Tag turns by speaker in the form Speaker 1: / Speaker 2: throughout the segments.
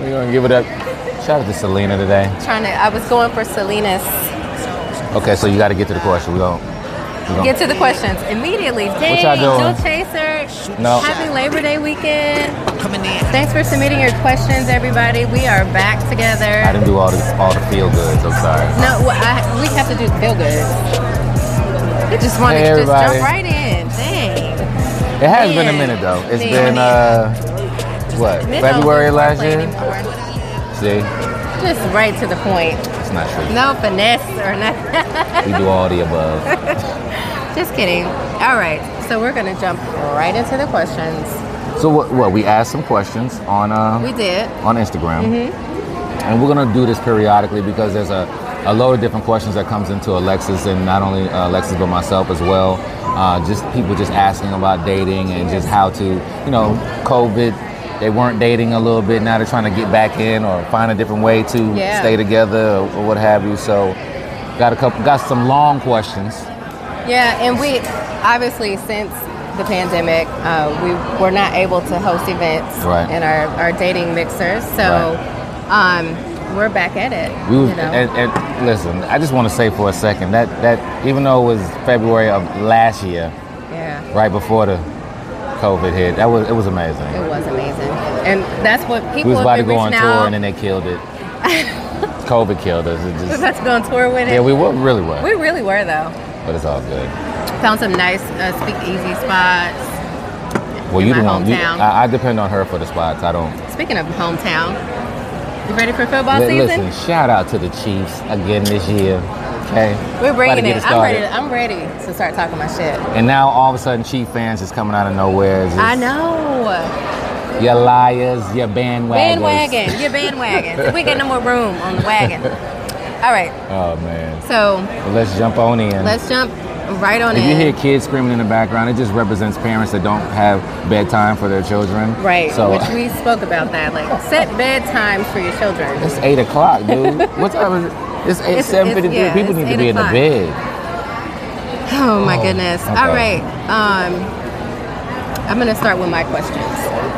Speaker 1: We're gonna give it up. Shout out to Selena today.
Speaker 2: Trying to, I was going for Selena's.
Speaker 1: Okay, so you got to get to the question. We don't. We don't.
Speaker 2: Get to the questions immediately. Dang,
Speaker 1: y'all doing?
Speaker 2: Jill Chaser.
Speaker 1: No.
Speaker 2: Happy Labor Day weekend.
Speaker 3: Coming in.
Speaker 2: Thanks for submitting your questions, everybody. We are back
Speaker 1: I
Speaker 2: together.
Speaker 1: didn't do all the all the feel goods. I'm sorry.
Speaker 2: No, well, I, we have to do the feel good. We just wanted
Speaker 1: Hey,
Speaker 2: to just
Speaker 1: everybody.
Speaker 2: jump right in. Dang.
Speaker 1: It has been a
Speaker 2: Man.
Speaker 1: minute though. It's
Speaker 2: Man.
Speaker 1: been uh, what
Speaker 2: Midnight
Speaker 1: February
Speaker 2: wasn't
Speaker 1: last
Speaker 2: play
Speaker 1: year.
Speaker 2: anymore.
Speaker 1: See,
Speaker 2: Just right to the point.
Speaker 1: it's not true.
Speaker 2: No finesse or nothing.
Speaker 1: We do all the above.
Speaker 2: just kidding. All right. So we're going to jump right into the questions.
Speaker 1: So what? What we asked some questions on uh,
Speaker 2: We did.
Speaker 1: on Instagram.
Speaker 2: Mm-hmm.
Speaker 1: And we're gonna do this periodically because there's a, a load of different questions that comes into Alexis and not only uh, Alexis but myself as well. Uh, just people just asking about dating and just how to, you know, COVID. They weren't dating a little bit. Now they're trying to get back in or find a different way to
Speaker 2: Yeah.
Speaker 1: stay together or, or what have you. So, got a couple, got some long questions.
Speaker 2: Yeah, and we obviously since the pandemic, uh, we were not able to host events
Speaker 1: Right.
Speaker 2: in our, our dating mixers. So um, we're back at it.
Speaker 1: We was,
Speaker 2: you know?
Speaker 1: and, and listen, I just want to say for a second that that even though it was February of last year,
Speaker 2: yeah,
Speaker 1: right before the COVID hit. That was it was amazing.
Speaker 2: it was amazing. And that's what people
Speaker 1: we was
Speaker 2: have
Speaker 1: about to
Speaker 2: been
Speaker 1: go on
Speaker 2: reaching
Speaker 1: tour
Speaker 2: out.
Speaker 1: and then they killed it. COVID killed us. It
Speaker 2: we were
Speaker 1: just
Speaker 2: about to go on tour with it.
Speaker 1: yeah, we were really were,
Speaker 2: we really were though.
Speaker 1: but it's all good.
Speaker 2: Found some nice uh, speakeasy spots.
Speaker 1: Well,
Speaker 2: In
Speaker 1: you
Speaker 2: my
Speaker 1: the one. You,
Speaker 2: hometown.
Speaker 1: I, I depend on her for the spots. I don't.
Speaker 2: Speaking of hometown, you ready for football
Speaker 1: Li-
Speaker 2: season?
Speaker 1: listen, shout out to the Chiefs again this year. Okay,
Speaker 2: We're
Speaker 1: About to
Speaker 2: bringing
Speaker 1: get
Speaker 2: it. I'm
Speaker 1: started.
Speaker 2: ready. to- I'm ready to start talking my shit.
Speaker 1: And now all of a sudden, Chief fans is coming out of nowhere. It's Just,
Speaker 2: I know.
Speaker 1: You liars, you bandwagons.
Speaker 2: Bandwagon, your bandwagon. we get no more room on the wagon. All right,
Speaker 1: Oh man.
Speaker 2: so
Speaker 1: Well, let's jump on in.
Speaker 2: let's jump right on
Speaker 1: If you
Speaker 2: in.
Speaker 1: hear kids screaming in the background, it just represents parents that don't have bedtime for their children.
Speaker 2: right,
Speaker 1: So
Speaker 2: which we spoke about that. Like set bedtimes for your children.
Speaker 1: it's eight o'clock, dude. what time is it? It's eight
Speaker 2: It's-
Speaker 1: seven fifty three.
Speaker 2: it's- yeah,
Speaker 1: People
Speaker 2: it's
Speaker 1: need to
Speaker 2: eight
Speaker 1: be in
Speaker 2: o'clock.
Speaker 1: the bed.
Speaker 2: Oh my goodness.
Speaker 1: okay.
Speaker 2: All right, um, I'm gonna start with my questions.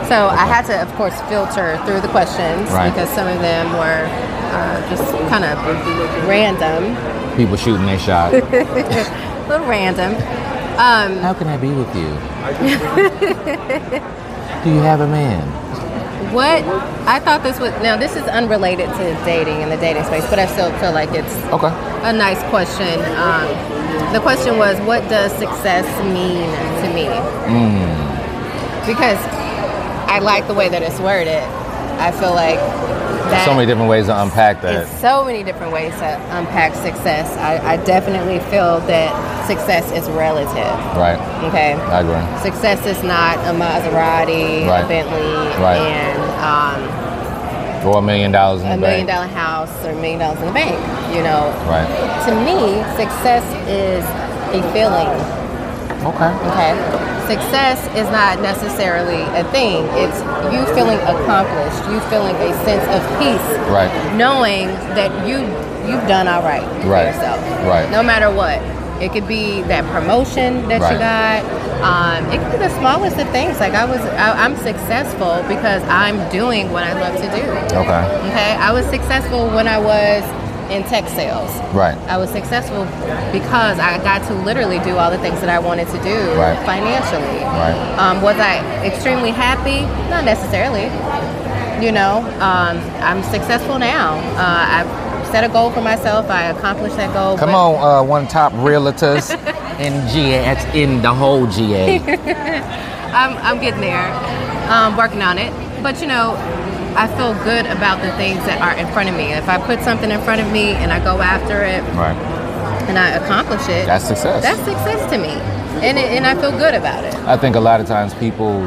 Speaker 2: So I had to, of course, filter through the questions
Speaker 1: Right.
Speaker 2: because some of them were uh, just kind of random,
Speaker 1: People shooting their shot.
Speaker 2: a little random. Um,
Speaker 1: How can I be with you? Do you have a man?
Speaker 2: What I thought this was now this is unrelated to dating and the dating space, but I still feel like it's
Speaker 1: Okay.
Speaker 2: a nice question. Um, the question was, what does success mean to me?
Speaker 1: Hmm.
Speaker 2: Because I like the way that it's worded. I feel like that
Speaker 1: There's so many different ways to unpack that.
Speaker 2: is so many different ways to unpack success. I, I definitely feel that success is relative.
Speaker 1: Right.
Speaker 2: Okay
Speaker 1: I agree.
Speaker 2: success is not a Maserati,
Speaker 1: Right.
Speaker 2: a Bentley,
Speaker 1: Right.
Speaker 2: and um,
Speaker 1: Or a million dollars in
Speaker 2: a
Speaker 1: the
Speaker 2: million
Speaker 1: bank.
Speaker 2: dollar house or a million dollars in the bank. You know,
Speaker 1: Right.
Speaker 2: to me, success is a feeling.
Speaker 1: Okay.
Speaker 2: Okay, success is not necessarily a thing. It's you feeling accomplished. You feeling a sense of peace,
Speaker 1: Right.
Speaker 2: knowing that you you've done all right for
Speaker 1: Right.
Speaker 2: yourself.
Speaker 1: Right.
Speaker 2: No matter what. It could be that promotion that you
Speaker 1: Right.
Speaker 2: got. Um, it could be the smallest of things. Like I was, I, I'm successful because I'm doing what I love to do.
Speaker 1: Okay.
Speaker 2: Okay, I was successful when I was in tech sales.
Speaker 1: Right.
Speaker 2: I was successful because I got to literally do all the things that I wanted to do
Speaker 1: Right.
Speaker 2: financially.
Speaker 1: Right.
Speaker 2: Um, was I extremely happy? Not necessarily. You know, um, I'm successful now. Uh, I've set a goal for myself. I accomplished that goal.
Speaker 1: Come
Speaker 2: but-
Speaker 1: on, uh, one top realtors in GA. That's in the whole GA.
Speaker 2: I'm, I'm getting there, um, working on it. But you know, I feel good about the things that are in front of me. If I put something in front of me and I go after it
Speaker 1: Right.
Speaker 2: and I accomplish it,
Speaker 1: That's success.
Speaker 2: that's success to me, and it, and I feel good about it.
Speaker 1: I think a lot of times people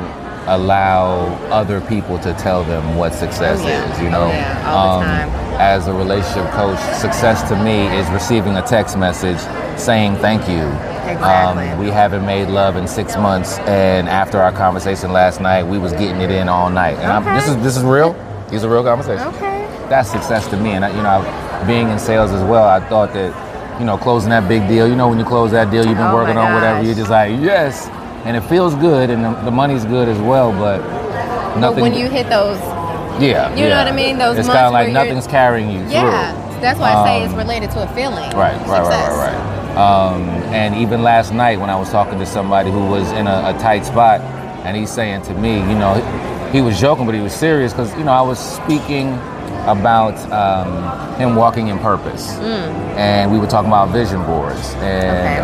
Speaker 1: allow other people to tell them what success
Speaker 2: Oh, yeah.
Speaker 1: is, you know. Um,
Speaker 2: Oh, yeah, all the time.
Speaker 1: As a relationship coach, success to me is receiving a text message saying thank you. Um,
Speaker 2: Exactly.
Speaker 1: we haven't made love in six months, and after our conversation last night, we was getting it in all night. And I'm,
Speaker 2: Okay.
Speaker 1: this is this is real. These are real conversations
Speaker 2: Okay.
Speaker 1: that's success to me. And I, you know, being in sales as well, I thought that, you know, closing that big deal. You know, when you close that deal, you've been
Speaker 2: Oh my
Speaker 1: working on whatever.
Speaker 2: gosh.
Speaker 1: You're just like, yes, and it feels good, and the, the money's good as well. But
Speaker 2: But
Speaker 1: nothing.
Speaker 2: when you hit those
Speaker 1: Yeah.
Speaker 2: You know
Speaker 1: yeah.
Speaker 2: what I mean? Those
Speaker 1: It's
Speaker 2: months
Speaker 1: kind of like
Speaker 2: where you're-
Speaker 1: nothing's carrying you
Speaker 2: Yeah,
Speaker 1: through.
Speaker 2: that's why I say it's
Speaker 1: Um,
Speaker 2: related to a feeling.
Speaker 1: Right, right, right,
Speaker 2: Success.
Speaker 1: right, right. Um, and even last night when I was talking to somebody who was in a, a tight spot, and he's saying to me, you know, he was joking, but he was serious because you know I was speaking about um, him walking in purpose, and we were talking about vision boards and
Speaker 2: Mm. Okay.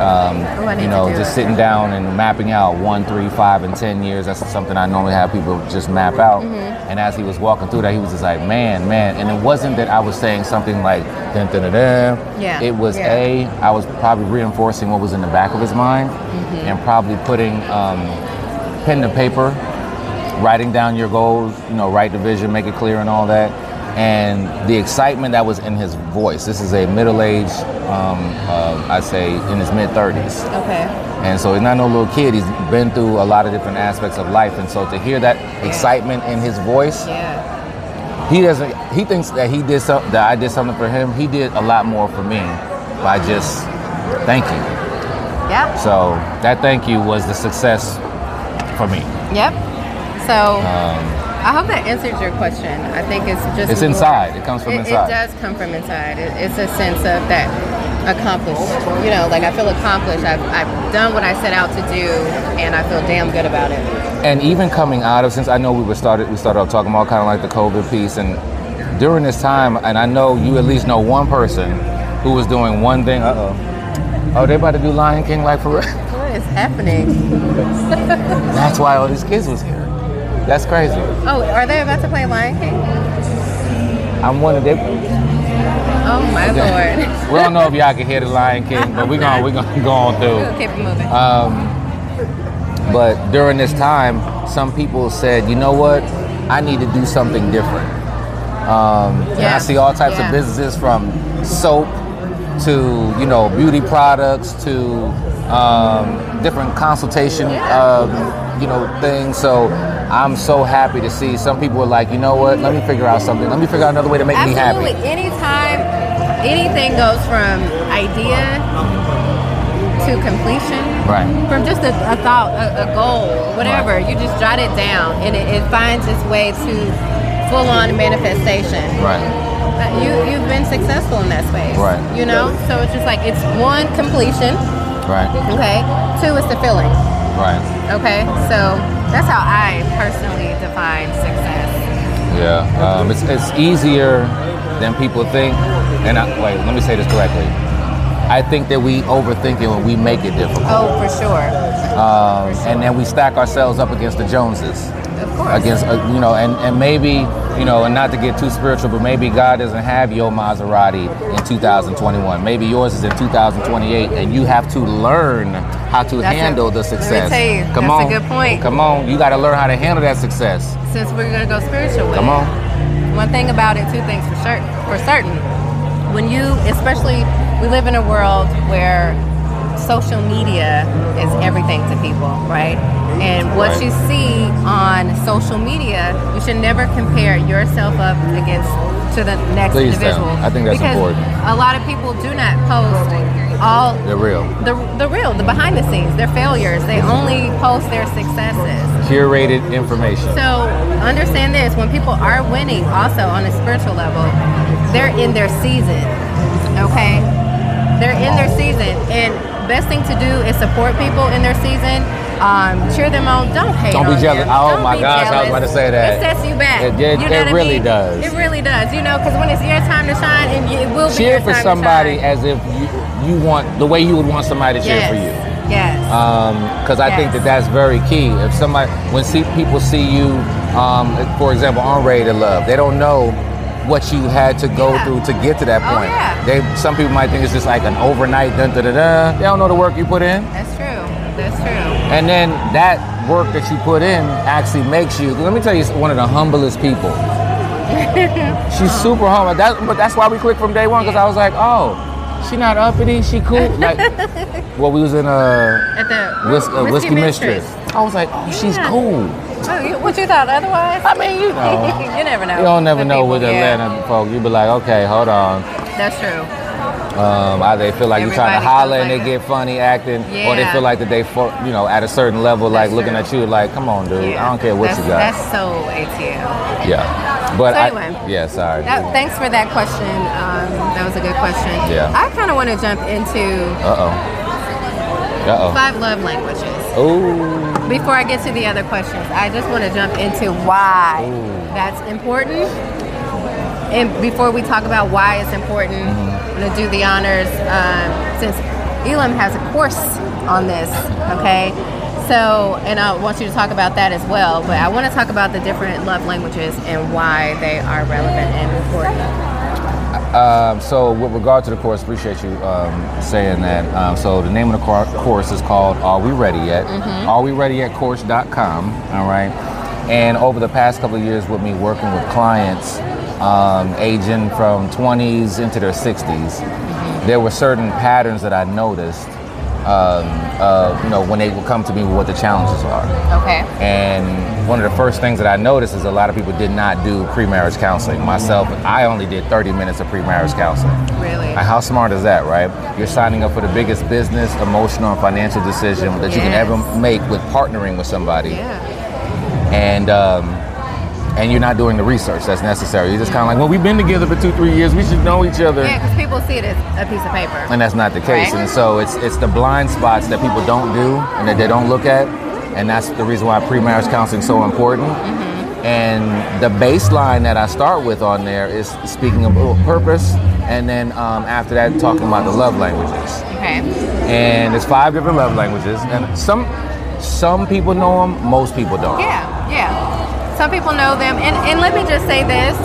Speaker 2: Ooh, I
Speaker 1: um,
Speaker 2: need
Speaker 1: you
Speaker 2: to
Speaker 1: know
Speaker 2: do
Speaker 1: just
Speaker 2: that.
Speaker 1: sitting down and mapping out one, three, five, and ten years. That's something I normally have people just map out.
Speaker 2: Mm-hmm.
Speaker 1: And as he was walking through that, he was just like, man, man. And it wasn't that I was saying something like, dun, dun, dun, dun.
Speaker 2: Yeah,
Speaker 1: It was
Speaker 2: yeah.
Speaker 1: a. I was probably reinforcing what was in the back of his mind,
Speaker 2: Mm-hmm.
Speaker 1: and probably putting um, pen to paper, writing down your goals. You know, write the vision, make it clear, and all that. And the excitement that was in his voice. This is a middle-aged, um, uh, I say, in his mid 30s.
Speaker 2: Okay.
Speaker 1: And so he's not no little kid. He's been through a lot of different aspects of life. And so to hear that excitement in his voice,
Speaker 2: Yeah.
Speaker 1: he doesn't. He thinks that he did something. That I did something for him. He did a lot more for me by just thank you.
Speaker 2: Yep.
Speaker 1: So that thank you was the success for me.
Speaker 2: Yep. So
Speaker 1: Um,
Speaker 2: I hope that answered your question. I think it's just
Speaker 1: It's
Speaker 2: more-
Speaker 1: inside. It comes from
Speaker 2: it,
Speaker 1: inside.
Speaker 2: It does come from inside. It, it's a sense of that accomplished. You know, like I feel accomplished. I've, I've done what I set out to do, and I feel damn good about it.
Speaker 1: and even coming out of since I know we were started we started off talking about kind of like the COVID piece and during this time and I know you at least know one person who was doing one thing. Uh oh. Oh, they about to do Lion King like for real.
Speaker 2: What is happening?
Speaker 1: That's why all these kids was here. That's crazy.
Speaker 2: Oh, are they about to play Lion King?
Speaker 1: I'm one of them.
Speaker 2: Oh my lord.
Speaker 1: We don't know if y'all can hear the Lion King, but we're gonna we're gonna go on
Speaker 2: We'll
Speaker 1: through.
Speaker 2: keep it moving.
Speaker 1: But during this time, some people said, you know what? I need to do something different. Um, And I
Speaker 2: Yeah.
Speaker 1: see all types
Speaker 2: Yeah.
Speaker 1: of businesses from soap to you know beauty products to um, different consultation um, you know things. So I'm so happy to see some people are like, you know what? Let me figure out something. Let me figure out another way to make me
Speaker 2: Absolutely.
Speaker 1: happy.
Speaker 2: Anytime anything goes from idea to completion,
Speaker 1: Right.
Speaker 2: from just a, a thought, a, a goal, whatever, you just jot it down and it, it finds its way to full on manifestation.
Speaker 1: Right.
Speaker 2: Uh, You, you've been successful in that space.
Speaker 1: Right.
Speaker 2: You know? So it's just like, it's one, completion,
Speaker 1: Right.
Speaker 2: okay? Two, it's the feeling,
Speaker 1: Right.
Speaker 2: okay? So that's how I personally define success.
Speaker 1: Yeah. Um, it's, it's easier than people think. And I, wait, let me say this correctly. I think that we overthink it when we make it difficult.
Speaker 2: Oh, for sure.
Speaker 1: Um, and then we stack ourselves up against the Joneses.
Speaker 2: Of course.
Speaker 1: Against, uh, you know, and, and maybe, you know, and not to get too spiritual, but maybe God doesn't have your Maserati in 2021. Maybe yours is in 2028, and you have to learn how to
Speaker 2: That's a-
Speaker 1: handle
Speaker 2: let me
Speaker 1: the success.
Speaker 2: tell you,
Speaker 1: Come
Speaker 2: that's a
Speaker 1: on.
Speaker 2: good point.
Speaker 1: Come on. You got to learn how to handle that success.
Speaker 2: since we're gonna go spiritual with
Speaker 1: Come
Speaker 2: it.
Speaker 1: on.
Speaker 2: One thing about it, two things for certain. For certain, when you, especially, we live in a world where social media is everything to people, right? And what
Speaker 1: Right.
Speaker 2: you see on social media, you should never compare yourself up against to the next
Speaker 1: Please don't.
Speaker 2: individual.
Speaker 1: I think that's
Speaker 2: because
Speaker 1: important.
Speaker 2: A lot of people do not post all
Speaker 1: They're real.
Speaker 2: the, the real, the behind the scenes, their failures. They only post their successes.
Speaker 1: Curated information.
Speaker 2: So understand this: when people are winning, also on a spiritual level, they're in their season. Okay, they're in their season, and best thing to do is support people in their season. Um, cheer them on. Don't hate.
Speaker 1: Don't be
Speaker 2: on
Speaker 1: jealous.
Speaker 2: Them.
Speaker 1: Oh,
Speaker 2: Don't
Speaker 1: my
Speaker 2: be
Speaker 1: gosh, I was about to
Speaker 2: jealous.
Speaker 1: say that.
Speaker 2: It sets you back.
Speaker 1: It- it-
Speaker 2: you know
Speaker 1: it
Speaker 2: what I
Speaker 1: really
Speaker 2: mean?
Speaker 1: does.
Speaker 2: It really does. You know, because when it's your time to shine, and it will be
Speaker 1: cheer
Speaker 2: your
Speaker 1: for
Speaker 2: time
Speaker 1: somebody
Speaker 2: To shine.
Speaker 1: as if you, you want the way you would want somebody to cheer
Speaker 2: yes.
Speaker 1: for you. Uh,
Speaker 2: Yes.
Speaker 1: because I think that that's very key. If somebody, when see, people see you, um, for example, on Ready to Love, they don't know what you had to go
Speaker 2: Yeah.
Speaker 1: through to get to that
Speaker 2: Oh,
Speaker 1: point.
Speaker 2: yeah.
Speaker 1: They, some people might think it's just like an overnight dun da da da. They don't know the work you put in,
Speaker 2: That's true. That's true.
Speaker 1: and then that work that you put in actually makes you. Let me tell you, one of the humblest people. She's super humble. That, but that's why we clicked from day one because I was like, oh, she not uppity, she cool. Like, well, we was in a.
Speaker 2: At the
Speaker 1: Whis- uh,
Speaker 2: Whiskey
Speaker 1: Whiskey Mistress. I was like, oh, she's
Speaker 2: Yeah.
Speaker 1: cool.
Speaker 2: Oh, you, what you thought otherwise?
Speaker 1: I mean, you know.
Speaker 2: you never know.
Speaker 1: You don't never
Speaker 2: With
Speaker 1: know
Speaker 2: people,
Speaker 1: with
Speaker 2: yeah.
Speaker 1: Atlanta folk. You be like, okay, hold on.
Speaker 2: That's true.
Speaker 1: Um, either they feel like you're trying to
Speaker 2: Everybody
Speaker 1: holler
Speaker 2: feels
Speaker 1: and they
Speaker 2: like
Speaker 1: get funny acting, or they
Speaker 2: Yeah.
Speaker 1: feel like that they, fo- you know, at a certain level, like
Speaker 2: That's
Speaker 1: looking
Speaker 2: true.
Speaker 1: at you, like, come on, dude.
Speaker 2: Yeah.
Speaker 1: I don't care what
Speaker 2: that's,
Speaker 1: you got.
Speaker 2: That's so ATL.
Speaker 1: Yeah. But
Speaker 2: So
Speaker 1: I-
Speaker 2: anyway.
Speaker 1: yeah, sorry.
Speaker 2: That, thanks for that question. Um, that was a good question.
Speaker 1: Yeah.
Speaker 2: I kind of want to jump into
Speaker 1: Uh oh. Uh
Speaker 2: five love languages.
Speaker 1: oh. Ooh.
Speaker 2: Before I get to the other questions, I just want to jump into why
Speaker 1: Ooh.
Speaker 2: that's important. And before we talk about why it's important, I'm going to do the honors um, since Elam has a course on this, okay? So, and I want you to talk about that as well, but I want to talk about the different love languages and why they are relevant and important.
Speaker 1: Um, so, with regard to the course, appreciate you um, saying that. Um, so, the name of the cour- course is called Are We Ready Yet?
Speaker 2: Mm-hmm.
Speaker 1: Are We Ready Yet Course.com. All right. And over the past couple of years, with me working with clients um, aging from 20s into their 60s,
Speaker 2: Mm-hmm.
Speaker 1: there were certain patterns that I noticed um, of, you know, when they would come to me with what the challenges are.
Speaker 2: Okay.
Speaker 1: And one of the first things that I noticed is a lot of people did not do pre-marriage counseling. Myself, I only did 30 minutes of pre-marriage counseling.
Speaker 2: Really?
Speaker 1: Like, How smart is that, right? You're signing up for the biggest business, emotional, and financial decision that you can
Speaker 2: Yes.
Speaker 1: ever make with partnering with somebody,
Speaker 2: Yeah.
Speaker 1: and um, and you're not doing the research that's necessary. You're just kind of like, well, we've been together for two, three years. We should know each other
Speaker 2: Yeah, because people see it as a piece of paper.
Speaker 1: and that's not the case.
Speaker 2: Right.
Speaker 1: And so it's it's the blind spots that people don't do and that they don't look at, and that's the reason why pre-marriage counseling is so important.
Speaker 2: Mm-hmm.
Speaker 1: And the baseline that I start with on there is speaking of purpose, and then um, after that, talking about the love languages
Speaker 2: Okay.
Speaker 1: and there's five different love languages and some some people know them most people don't
Speaker 2: Yeah, yeah. Some people know them. And, and let me just say this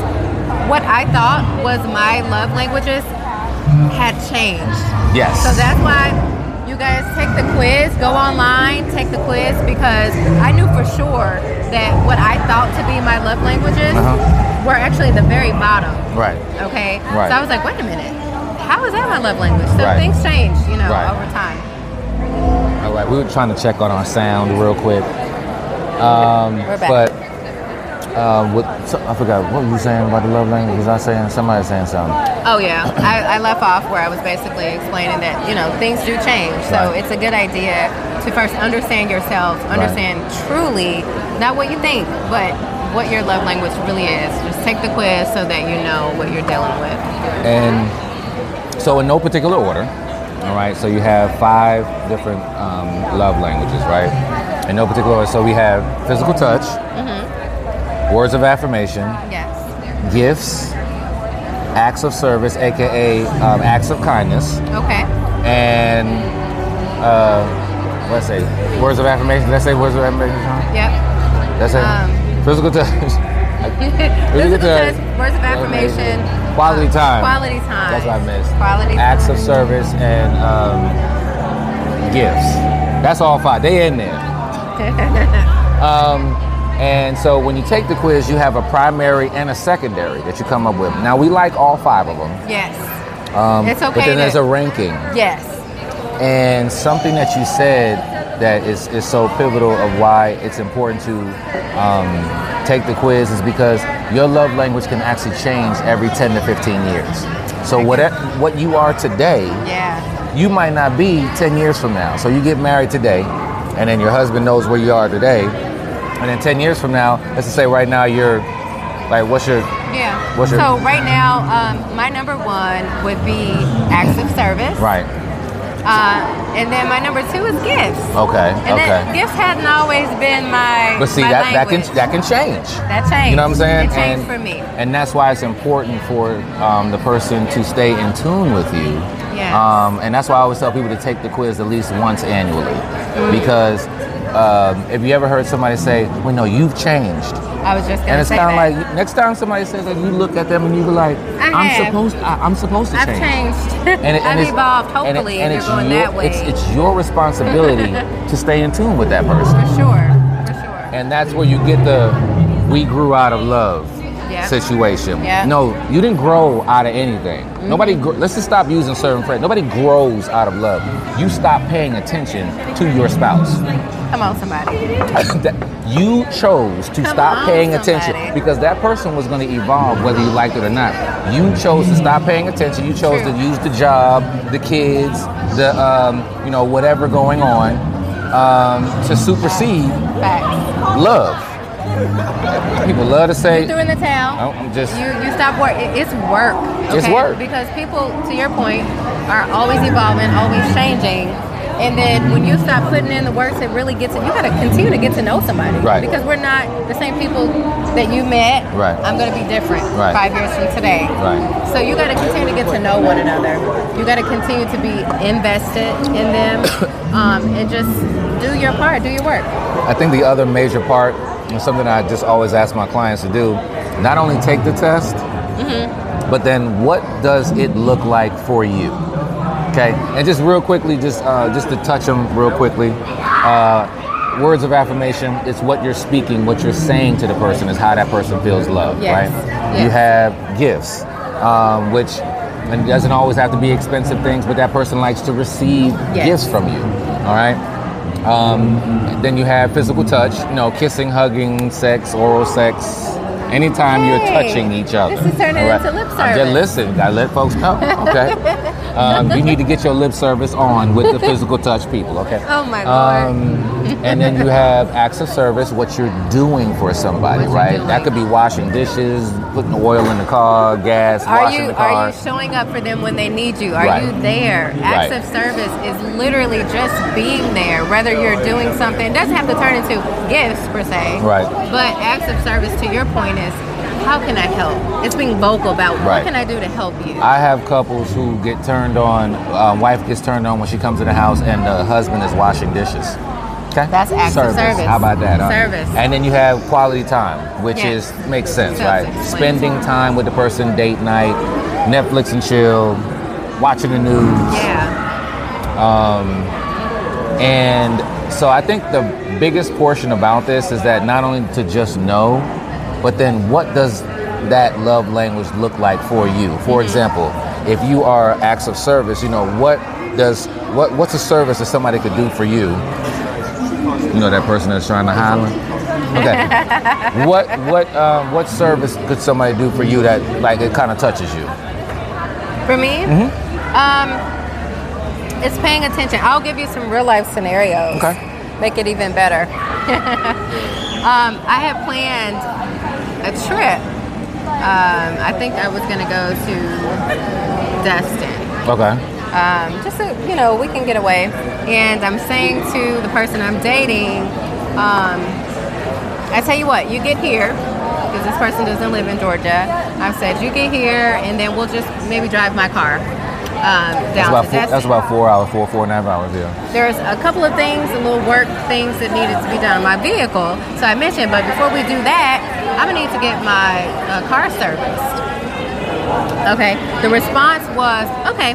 Speaker 2: what I thought was my love languages had changed.
Speaker 1: yes
Speaker 2: So that's why you guys take the quiz, go online, take the quiz, because I knew for sure that what I thought to be my love languages
Speaker 1: Uh-huh.
Speaker 2: were actually the very bottom.
Speaker 1: right
Speaker 2: Okay.
Speaker 1: Right.
Speaker 2: So I was like, wait a minute. How is that my love language? So
Speaker 1: Right.
Speaker 2: things change, you know,
Speaker 1: Right.
Speaker 2: over time.
Speaker 1: all right we were trying to check on our sound real quick
Speaker 2: We're back.
Speaker 1: but uh, what, so, I forgot what were you saying about the love language. Was I saying somebody saying something?
Speaker 2: oh yeah, I, I left off where I was basically explaining that you know things do change. So
Speaker 1: Right.
Speaker 2: it's a good idea to first understand yourself, understand truly not what you think, but what your love language really is. Just take the quiz so that you know what you're dealing with.
Speaker 1: And so, in no particular order, all right. So you have five different um, love languages, right? In no particular order. So we have physical touch, words of affirmation,
Speaker 2: Yes.
Speaker 1: gifts, acts of service, aka um, acts of kindness,
Speaker 2: Okay.
Speaker 1: and uh, let's say words of affirmation. Let's say words of affirmation. Sean?
Speaker 2: Yep.
Speaker 1: Let's say
Speaker 2: Um,
Speaker 1: physical touch,
Speaker 2: Physical touch, words of affirmation,
Speaker 1: quality
Speaker 2: um,
Speaker 1: time,
Speaker 2: quality time.
Speaker 1: That's what I missed.
Speaker 2: Quality
Speaker 1: acts
Speaker 2: time.
Speaker 1: of service and um, gifts. That's all five. They in there. Um, and so when you take the quiz, you have a primary and a secondary that you come up with. Now we like all five of them.
Speaker 2: yes.
Speaker 1: Um,
Speaker 2: It's
Speaker 1: But
Speaker 2: okay
Speaker 1: then there's
Speaker 2: to-
Speaker 1: a ranking,
Speaker 2: Yes.
Speaker 1: and something that you said that is, is so pivotal of why it's important to um, take the quiz is because your love language can actually change every 10 to 15 years. So what what you are today,
Speaker 2: Yeah.
Speaker 1: you might not be 10 years from now. So you get married today, and then your husband knows where you are today, and then 10 years from now, let's just say right now you're like, what's your
Speaker 2: Yeah.
Speaker 1: What's your-
Speaker 2: so right now, um, my number one would be acts of service.
Speaker 1: right?
Speaker 2: Uh, and then my number two is gifts.
Speaker 1: Okay,
Speaker 2: And then
Speaker 1: Oh, okay.
Speaker 2: gifts hasn't always been my.
Speaker 1: But see
Speaker 2: my
Speaker 1: that that can
Speaker 2: language.
Speaker 1: that can change.
Speaker 2: That changed.
Speaker 1: You know what I'm saying?
Speaker 2: It changed
Speaker 1: and,
Speaker 2: for me.
Speaker 1: And that's why it's important for um, the person to stay in tune with you.
Speaker 2: Yes.
Speaker 1: Um, and that's why I always tell people to take the quiz at least once annually.
Speaker 2: Mm-hmm.
Speaker 1: Because um, if you ever heard somebody say, well, no, you've changed.
Speaker 2: I was just
Speaker 1: And
Speaker 2: gonna
Speaker 1: it's
Speaker 2: say
Speaker 1: kind of
Speaker 2: that.
Speaker 1: like next time somebody says that, you look at them and you be like,
Speaker 2: I
Speaker 1: "I'm
Speaker 2: have.
Speaker 1: supposed, I, I'm supposed to
Speaker 2: I've
Speaker 1: change."
Speaker 2: changed.
Speaker 1: And it- and
Speaker 2: I've
Speaker 1: it's-
Speaker 2: evolved.
Speaker 1: and it-
Speaker 2: Hopefully,
Speaker 1: and
Speaker 2: if
Speaker 1: it's
Speaker 2: you're going
Speaker 1: your,
Speaker 2: that way.
Speaker 1: It's, it's your responsibility to stay in tune with that person.
Speaker 2: for sure. For sure.
Speaker 1: And that's where you get the we grew out of love
Speaker 2: Yeah.
Speaker 1: situation.
Speaker 2: Yeah. Mm-hmm.
Speaker 1: No, you didn't grow out of anything. Nobody, gr- let's just stop using certain phrases. Nobody grows out of love. You stop paying attention to your spouse.
Speaker 2: Come on, somebody.
Speaker 1: That- you chose to
Speaker 2: Come
Speaker 1: stop
Speaker 2: on,
Speaker 1: paying attention
Speaker 2: somebody.
Speaker 1: because that person was going to evolve whether you liked it or not. You chose to stop paying attention. You chose
Speaker 2: True.
Speaker 1: to use the job, the kids, the, um, you know, whatever going on um, to supersede
Speaker 2: Facts.
Speaker 1: love. People love to say,
Speaker 2: threw in the towel.
Speaker 1: Oh, I'm just-
Speaker 2: you. You stop work. It, it's work.
Speaker 1: It's work.
Speaker 2: because people, to your point, are always evolving, always changing. And then when you stop putting in the work to really get to, you got to continue to get to know somebody.
Speaker 1: Right.
Speaker 2: Because we're not the same people that you met.
Speaker 1: Right.
Speaker 2: I'm gonna be different.
Speaker 1: Right.
Speaker 2: Five years from today.
Speaker 1: right,
Speaker 2: So you got to continue to get to know one another. You got to continue to be invested in them, um, and just do your part, do your work.
Speaker 1: I think the other major part, and something I just always ask my clients to do, not only take the test,
Speaker 2: Mm-hmm.
Speaker 1: but then what does it look like for you? Okay, and just real quickly, just uh, just to touch them real quickly, uh, words of affirmation. It's what you're speaking, what you're saying to the person is how that person feels loved,
Speaker 2: Yes.
Speaker 1: right? You
Speaker 2: Yes.
Speaker 1: have gifts, um, which and it doesn't always have to be expensive things, but that person likes to receive
Speaker 2: Yes.
Speaker 1: gifts from you. All right. Um, then you have physical touch, you know, kissing, hugging, sex, oral sex. Anytime you're
Speaker 2: Hey,
Speaker 1: touching each other.
Speaker 2: this is turning
Speaker 1: all
Speaker 2: into lip
Speaker 1: I'm just-
Speaker 2: service.
Speaker 1: listen, gotta let folks know, okay? um, you need to get your lip service on with the physical touch people, okay?
Speaker 2: Oh my lord.
Speaker 1: Um, and then you have acts of service, what you're doing for somebody,
Speaker 2: What you're
Speaker 1: right?
Speaker 2: doing.
Speaker 1: That could be washing dishes, putting oil in the car, gas,
Speaker 2: Are
Speaker 1: washing
Speaker 2: you
Speaker 1: the car.
Speaker 2: are you showing up for them when they need you? Are
Speaker 1: Right.
Speaker 2: you there? Acts
Speaker 1: Right.
Speaker 2: of service is literally just being there, whether you're doing something. It doesn't have to turn into gifts per se.
Speaker 1: Right.
Speaker 2: But acts of service to your point is how can I help? It's being vocal about
Speaker 1: Right.
Speaker 2: what can I do to help you?
Speaker 1: I have couples who get turned on. Uh, wife gets turned on when she comes to the house, and the husband is washing dishes. Okay,
Speaker 2: That's acts of service.
Speaker 1: How about that? huh?
Speaker 2: Service.
Speaker 1: And then you have quality time, which
Speaker 2: Yeah.
Speaker 1: is makes sense,
Speaker 2: Sounds
Speaker 1: right?
Speaker 2: explained.
Speaker 1: Spending time with the person, date night, Netflix and chill, watching the news,
Speaker 2: yeah.
Speaker 1: and so I think the biggest portion about this is that not only to just know, but then what does that love language look like for you?
Speaker 2: Mm-hmm.
Speaker 1: For example, if you are acts of service, you know what does what what's a service that somebody could do for you? You know that person that's trying to holler. Okay. what what um, what service could somebody do for you that like it kind of touches you?
Speaker 2: For me, um, it's paying attention. I'll give you some real life scenarios.
Speaker 1: Okay.
Speaker 2: Make it even better. um, I had planned a trip. Um, I think I was gonna go to Destin.
Speaker 1: Okay.
Speaker 2: Um, just so you know, we can get away. And I'm saying to the person I'm dating, um, I tell you what, you get here because this person doesn't live in Georgia. I've said you get here, and then we'll just maybe drive my car um,
Speaker 1: That's
Speaker 2: down
Speaker 1: about
Speaker 2: to
Speaker 1: four,
Speaker 2: Destin.
Speaker 1: that's about four hours, four four and a half hours. Yeah.
Speaker 2: There's a couple of things, a little work things that needed to be done on my vehicle. So I mentioned, but before we do that, I'm gonna need to get my uh, car serviced. Okay. The response was okay.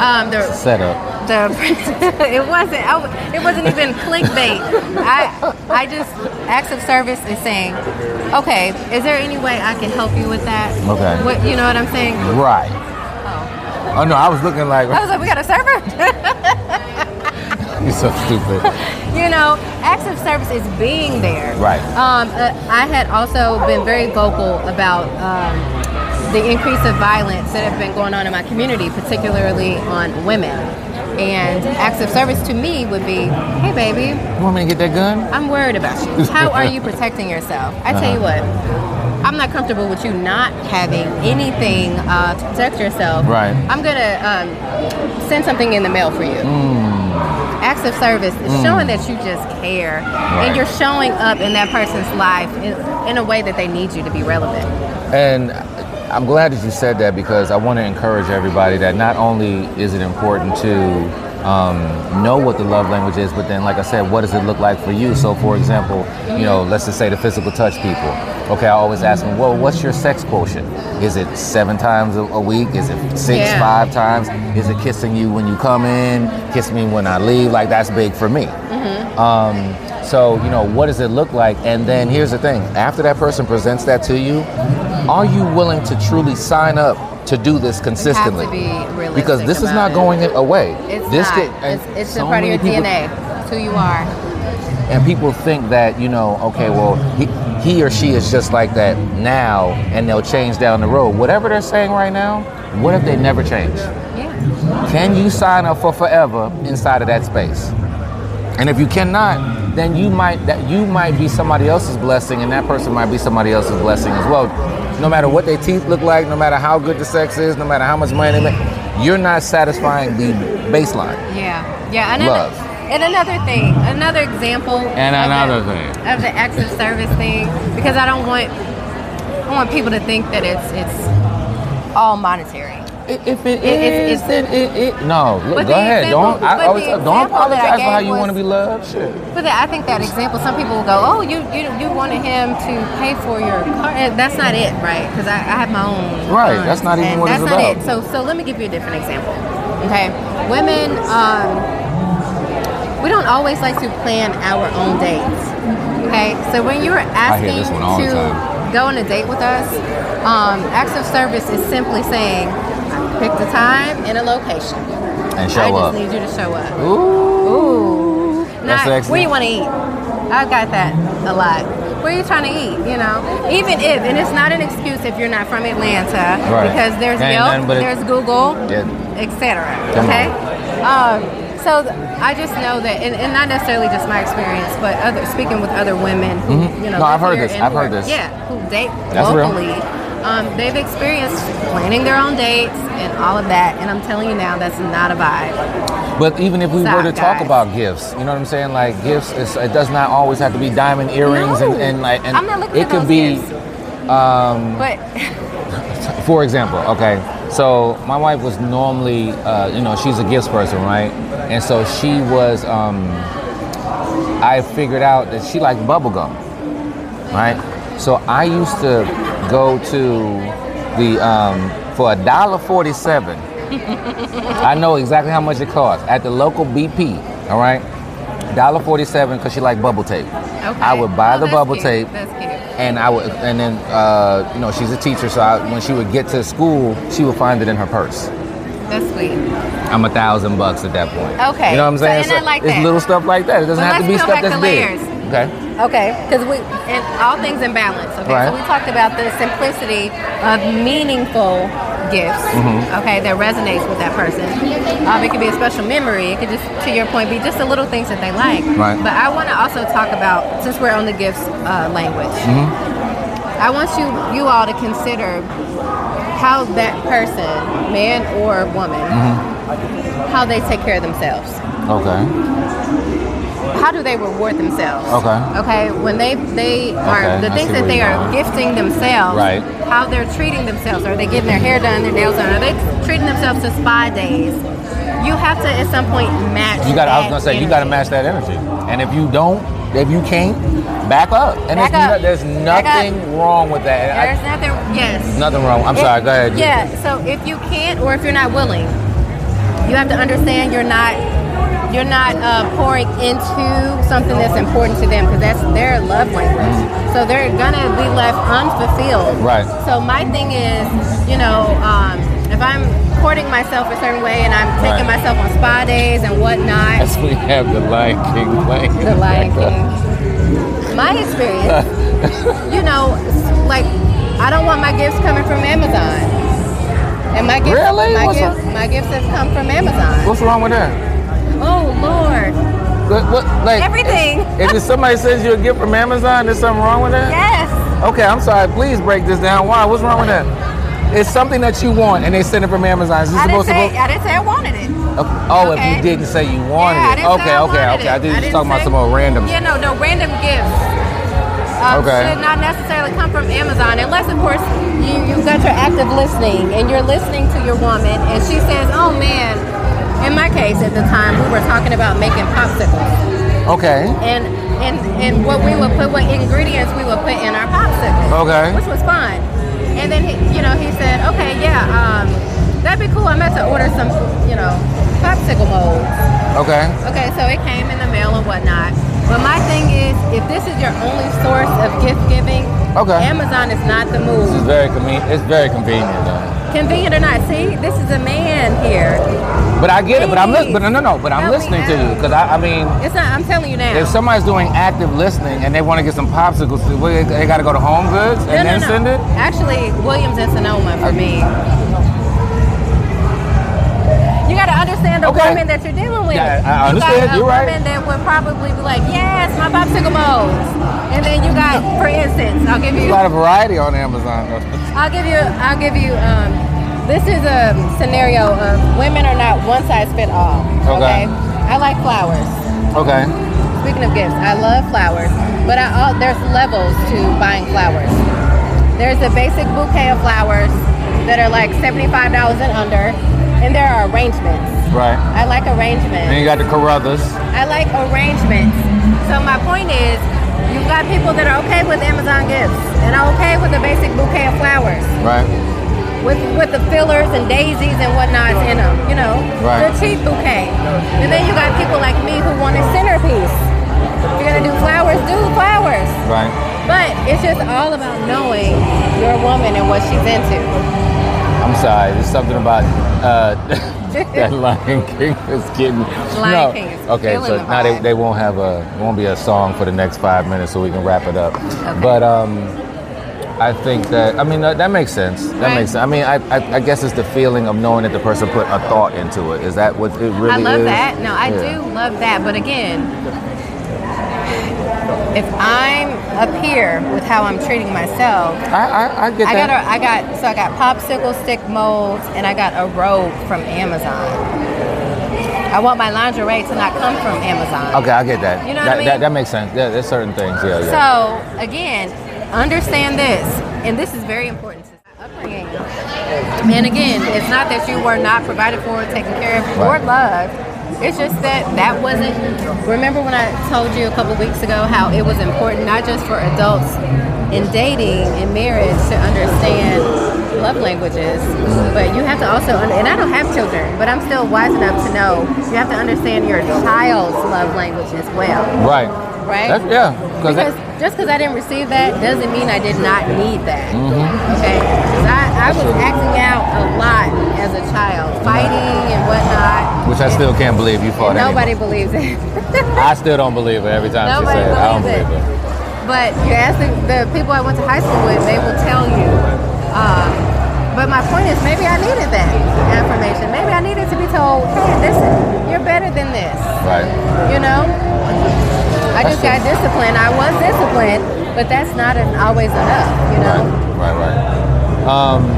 Speaker 2: Um, the
Speaker 1: Set up.
Speaker 2: the it wasn't I, w- it wasn't even clickbait. I I just acts of service is saying, okay, is there any way I can help you with that?
Speaker 1: Okay.
Speaker 2: What you know what I'm saying?
Speaker 1: Right.
Speaker 2: Oh,
Speaker 1: Oh no, I was looking like
Speaker 2: I was like, we got a server.
Speaker 1: you're so stupid.
Speaker 2: you know, acts of service is being there.
Speaker 1: Right.
Speaker 2: Um, uh, I had also been very vocal about um, the increase of violence that have been going on in my community, particularly on women. And acts of service to me would be, hey, baby,
Speaker 1: You want me to get that gun?
Speaker 2: I'm worried about you. How are you protecting yourself? I tell you what,
Speaker 1: Uh-huh.
Speaker 2: I'm not comfortable with you not having anything uh, to protect yourself.
Speaker 1: Right.
Speaker 2: I'm gonna um, send something in the mail for you.
Speaker 1: Mm.
Speaker 2: Acts of service is showing that you just care,
Speaker 1: Right.
Speaker 2: and you're showing up in that person's life in, in a way that they need you to be relevant.
Speaker 1: And I'm glad that you said that because I want to encourage everybody that not only is it important to um, know what the love language is, but then, like I said, what does it look like for you? So, for example, you know, let's just say the physical touch people. Okay, I always ask them, well, what's your sex quotient? Is it seven times a a week? Is it six,
Speaker 2: Yeah.
Speaker 1: five times? Is it kissing you when you come in? Kiss me when I leave? Like, that's big for me. Um, so, you know, what does it look like? And then here's the thing after that person presents that to you, are you willing to truly sign up to do this
Speaker 2: You have
Speaker 1: consistently?
Speaker 2: to be realistic
Speaker 1: because this is
Speaker 2: about
Speaker 1: not
Speaker 2: it.
Speaker 1: going away.
Speaker 2: It's
Speaker 1: this
Speaker 2: not.
Speaker 1: could- and
Speaker 2: it's it's
Speaker 1: so
Speaker 2: a part of
Speaker 1: many
Speaker 2: your
Speaker 1: people-
Speaker 2: DNA. It's who you are.
Speaker 1: And people think that, you know, okay, well, he, he or she is just like that now and they'll change down the road. Whatever they're saying right now, what if they never change?
Speaker 2: Yeah.
Speaker 1: Can you sign up for forever inside of that space? And if you cannot, then you might that you might be somebody else's blessing, and that person might be somebody else's blessing as well. No matter what their teeth look like, no matter how good the sex is, no matter how much money they make, you're not satisfying the baseline.
Speaker 2: Yeah, yeah. And, ano-
Speaker 1: Love.
Speaker 2: and another thing, another example.
Speaker 1: And
Speaker 2: of
Speaker 1: another
Speaker 2: the,
Speaker 1: thing.
Speaker 2: of the acts of service thing, because I don't want I want people to think that it's it's all monetary.
Speaker 1: If if it
Speaker 2: It-
Speaker 1: is,
Speaker 2: it's-
Speaker 1: then it, it, no. Look,
Speaker 2: But
Speaker 1: go
Speaker 2: the
Speaker 1: ahead.
Speaker 2: example-
Speaker 1: don't I
Speaker 2: but
Speaker 1: always
Speaker 2: the
Speaker 1: don't
Speaker 2: example that I
Speaker 1: apologize for how
Speaker 2: gave
Speaker 1: you want to
Speaker 2: was-
Speaker 1: be loved. Shit.
Speaker 2: But that, I think that example, some people will go, "Oh, you you you wanted him to pay for your car." And That's not it, right? Because I, I have my own.
Speaker 1: Right,
Speaker 2: funds,
Speaker 1: that's not even
Speaker 2: and
Speaker 1: what it's
Speaker 2: that's not
Speaker 1: about.
Speaker 2: it. So so let me give you a different example. Okay, women, um, we don't always like to plan our own dates. Okay, so when you're asking
Speaker 1: this one all the
Speaker 2: to
Speaker 1: time.
Speaker 2: go on a date with us, um, acts of service is simply saying, pick the time and a location.
Speaker 1: And show
Speaker 2: I just
Speaker 1: up.
Speaker 2: need you to show up.
Speaker 1: Ooh.
Speaker 2: Not
Speaker 1: That's excellent.
Speaker 2: where you want to eat. I've got that a lot. Where you trying to eat? You know, even if, and it's not an excuse if you're not from Atlanta,
Speaker 1: Right.
Speaker 2: because there's
Speaker 1: Ain't nothing
Speaker 2: Yelp,
Speaker 1: but it-
Speaker 2: there's Google,
Speaker 1: Yeah.
Speaker 2: etc.
Speaker 1: Come
Speaker 2: Okay. Um, so th- I just know that, and, and not necessarily just my experience, but other speaking with other women who,
Speaker 1: Mhm.
Speaker 2: you know,
Speaker 1: No, I've
Speaker 2: live
Speaker 1: heard
Speaker 2: here
Speaker 1: this.
Speaker 2: and
Speaker 1: I've
Speaker 2: who
Speaker 1: heard
Speaker 2: are-
Speaker 1: this.
Speaker 2: Yeah, who date
Speaker 1: That's real.
Speaker 2: locally. Um, they've experienced planning their own dates and all of that, and I'm telling you now, that's not a vibe.
Speaker 1: But even if we
Speaker 2: Stop,
Speaker 1: were to talk
Speaker 2: guys.
Speaker 1: about gifts, you know what I'm saying? Like gifts, is, it does not always have to be diamond earrings
Speaker 2: No.
Speaker 1: and, and like and
Speaker 2: I'm not looking
Speaker 1: it
Speaker 2: for
Speaker 1: could
Speaker 2: those
Speaker 1: be. um,
Speaker 2: gifts. But
Speaker 1: For example, okay, so my wife was normally, uh, you know, she's a gifts person, right? And so she was, um, I figured out that she liked bubblegum, right? So I used to go to the, um, for a dollar forty-seven. I know exactly how much it costs at the local BP, all right? Dollar forty-seven because she liked bubble tape.
Speaker 2: Okay.
Speaker 1: I would buy
Speaker 2: Oh,
Speaker 1: the
Speaker 2: that's
Speaker 1: bubble
Speaker 2: cute.
Speaker 1: tape
Speaker 2: That's cute.
Speaker 1: and I would, and then uh, you know she's a teacher, so I, when she would get to school, she would find it in her purse.
Speaker 2: That's sweet.
Speaker 1: I'm a thousand bucks at that point.
Speaker 2: Okay.
Speaker 1: you know what I'm
Speaker 2: So,
Speaker 1: saying?
Speaker 2: and I like
Speaker 1: it's
Speaker 2: that.
Speaker 1: little stuff like that. It doesn't
Speaker 2: But
Speaker 1: have to
Speaker 2: let's
Speaker 1: be
Speaker 2: peel
Speaker 1: stuff
Speaker 2: back
Speaker 1: that's
Speaker 2: the
Speaker 1: big.
Speaker 2: layers.
Speaker 1: Okay,
Speaker 2: Okay. Because we and all things in balance. Okay.
Speaker 1: Right.
Speaker 2: So we talked about the simplicity of meaningful gifts. Okay, that resonates with that person. Um, it could be a special memory. It could just, to your point, be just the little things that they like.
Speaker 1: Right.
Speaker 2: But I want to also talk about since we're on the gifts uh, language. I want you you all to consider how that person, man or woman, how they take care of themselves.
Speaker 1: okay,
Speaker 2: how do they reward themselves?
Speaker 1: Okay.
Speaker 2: Okay. When they they are
Speaker 1: Okay,
Speaker 2: the
Speaker 1: I
Speaker 2: things
Speaker 1: see
Speaker 2: that
Speaker 1: where
Speaker 2: they
Speaker 1: you're
Speaker 2: are
Speaker 1: going.
Speaker 2: gifting themselves.
Speaker 1: Right.
Speaker 2: How they're treating themselves? Are they getting their hair done, their nails done? Are they treating themselves to spa days? You have to at some point match.
Speaker 1: you got. I was
Speaker 2: that
Speaker 1: gonna say you got to
Speaker 2: energy.
Speaker 1: match that energy, and if you don't, if you can't, back up. And
Speaker 2: Back
Speaker 1: there's,
Speaker 2: up.
Speaker 1: no- there's
Speaker 2: Back up.
Speaker 1: nothing wrong with that. And I-
Speaker 2: There's nothing. Yes.
Speaker 1: nothing wrong. I'm sorry.
Speaker 2: If-
Speaker 1: Go ahead.
Speaker 2: Yeah. So if you can't, or if you're not willing, you have to understand you're not you're not uh, pouring into something that's important to them because that's their love language. So they're gonna be left unfulfilled.
Speaker 1: Mm. Right.
Speaker 2: So my thing is, you know, um, if I'm courting myself a certain way and I'm taking
Speaker 1: Right.
Speaker 2: myself on spa days and whatnot,
Speaker 1: As we have the Lion King playing. in
Speaker 2: the Lion
Speaker 1: background.
Speaker 2: King. My experience, you know, s- like I don't want my gifts coming from Amazon, and my gifts,
Speaker 1: Really?
Speaker 2: my
Speaker 1: What's
Speaker 2: gifts, my gifts have come from Amazon.
Speaker 1: What's wrong with that?
Speaker 2: Oh Lord,
Speaker 1: What, what, like,
Speaker 2: Everything.
Speaker 1: If, if somebody sends you a gift from Amazon, there's something wrong with that?
Speaker 2: yes,
Speaker 1: Okay, I'm sorry. Please break this down. Why? What's wrong with that? It's something that you want, and they send it from Amazon. Is this
Speaker 2: I didn't
Speaker 1: supposed to
Speaker 2: say
Speaker 1: go?
Speaker 2: I didn't say I wanted it.
Speaker 1: oh, if
Speaker 2: okay.
Speaker 1: you didn't say you wanted
Speaker 2: yeah, I
Speaker 1: it.
Speaker 2: didn't
Speaker 1: okay,
Speaker 2: say I
Speaker 1: okay,
Speaker 2: wanted
Speaker 1: okay.
Speaker 2: It.
Speaker 1: I think
Speaker 2: didn't
Speaker 1: you're talking about
Speaker 2: say-
Speaker 1: some old random.
Speaker 2: Yeah, no, no random gifts. Um,
Speaker 1: Okay.
Speaker 2: Should not necessarily come from Amazon, unless of course you you got your active listening and you're listening to your woman, and she says, "Oh man." In my case, at the time, we were talking about making popsicles
Speaker 1: Okay.
Speaker 2: and and and what we would put, what ingredients we would put in our popsicles.
Speaker 1: Okay.
Speaker 2: Which was fun. And then he, you know, he said, okay, yeah, um, that'd be cool. I'm about to order some, you know, popsicle molds.
Speaker 1: Okay.
Speaker 2: Okay, so it came in the mail and whatnot. But my thing is, if this is your only source of gift giving,
Speaker 1: Okay.
Speaker 2: Amazon is not the
Speaker 1: This is
Speaker 2: move.
Speaker 1: very convenient. It's very convenient though.
Speaker 2: Convenient or not, see, this is a man here.
Speaker 1: But I get it. But I'm listening.
Speaker 2: Please.
Speaker 1: But no, no, no. But I'm
Speaker 2: Help me
Speaker 1: listening to
Speaker 2: out.
Speaker 1: you because I, I mean,
Speaker 2: It's not. I'm telling you now.
Speaker 1: if somebody's doing active listening and they want to get some popsicles, what, they, they got to go to Home Goods and
Speaker 2: no,
Speaker 1: then
Speaker 2: no, no.
Speaker 1: send it.
Speaker 2: Actually, Williams and Sonoma for me. You gotta understand the
Speaker 1: Okay.
Speaker 2: woman that you're dealing with.
Speaker 1: Yeah, I- I
Speaker 2: you
Speaker 1: understand.
Speaker 2: got a
Speaker 1: You're right.
Speaker 2: woman that would probably be like, "Yes, my popsicle molds," and then you got, for instance, I'll give you.
Speaker 1: a lot of variety on Amazon. though.
Speaker 2: I'll give you. I'll give you. Um, this is a scenario of women are not one size fit all.
Speaker 1: Okay.
Speaker 2: Okay. I like flowers.
Speaker 1: Okay.
Speaker 2: Speaking of gifts, I love flowers, but I all, there's levels to buying flowers. There's a basic bouquet of flowers that are like seventy-five dollars and under, and there are arrangements.
Speaker 1: Right.
Speaker 2: I like arrangements.
Speaker 1: Then you got the Carruthers.
Speaker 2: I like arrangements. So my point is, you've got people that are okay with Amazon gifts and are okay with a basic bouquet of flowers
Speaker 1: Right.
Speaker 2: with with the fillers and daisies and whatnots in them. You know,
Speaker 1: Right.
Speaker 2: the cheap bouquet. And then you got people like me who want a centerpiece. If you're gonna do flowers, do flowers.
Speaker 1: Right.
Speaker 2: But it's just all about knowing your woman and what she's into.
Speaker 1: I'm sorry. There's something about uh, that Lion King is getting.
Speaker 2: Lion King is
Speaker 1: Okay,
Speaker 2: killing
Speaker 1: so
Speaker 2: the
Speaker 1: now they,
Speaker 2: vibe.
Speaker 1: they won't have a it won't be a song for the next five minutes, so we can wrap it up. But um, I think that I mean that, that makes sense. That
Speaker 2: Right.
Speaker 1: makes sense. I mean, I, I I guess it's the feeling of knowing that the person put a thought into it. Is that what it really
Speaker 2: I love
Speaker 1: is?
Speaker 2: that. No, I
Speaker 1: Yeah.
Speaker 2: do love that. But again, if I'm up here with how I'm treating myself,
Speaker 1: I I, I get
Speaker 2: I
Speaker 1: that.
Speaker 2: got a, I got so I got popsicle stick molds and I got a robe from Amazon. I want my lingerie to not come from Amazon.
Speaker 1: Okay, I get that.
Speaker 2: You know what
Speaker 1: that,
Speaker 2: I mean?
Speaker 1: that, that makes sense. Yeah, there's certain things. Yeah, yeah.
Speaker 2: So again, understand this, and this is very important. to my upbringing. And again, it's not that you were not provided for, taken care of, or
Speaker 1: Right.
Speaker 2: loved. It's just that that wasn't. Remember when I told you a couple weeks ago how it was important not just for adults in dating and marriage to understand love languages, but you have to also. under- And I don't have children, but I'm still wise enough to know you have to understand your child's love language as well.
Speaker 1: right.
Speaker 2: Right?
Speaker 1: That's, yeah. 'cause that-
Speaker 2: Because just because I didn't receive that doesn't mean I did not need that.
Speaker 1: Mm-hmm.
Speaker 2: Okay, 'Cause I, I was acting out a lot as a child,
Speaker 1: Mm-hmm.
Speaker 2: fighting and whatnot.
Speaker 1: which I
Speaker 2: and-
Speaker 1: still can't believe you
Speaker 2: and
Speaker 1: fought. anyway.
Speaker 2: nobody believes it.
Speaker 1: I still don't believe her every time she
Speaker 2: Nobody
Speaker 1: said it. I don't
Speaker 2: believes
Speaker 1: believe
Speaker 2: it.
Speaker 1: her.
Speaker 2: but you ask the, the people I went to high school with, they will tell you. Um, but my point is, maybe I needed that affirmation. Maybe I needed to be told, "Hey, listen, you're better than this."
Speaker 1: Right.
Speaker 2: You know, I just got disciplined. I was disciplined, but that's not an, always enough. You know,
Speaker 1: Right. Right. Right. Um,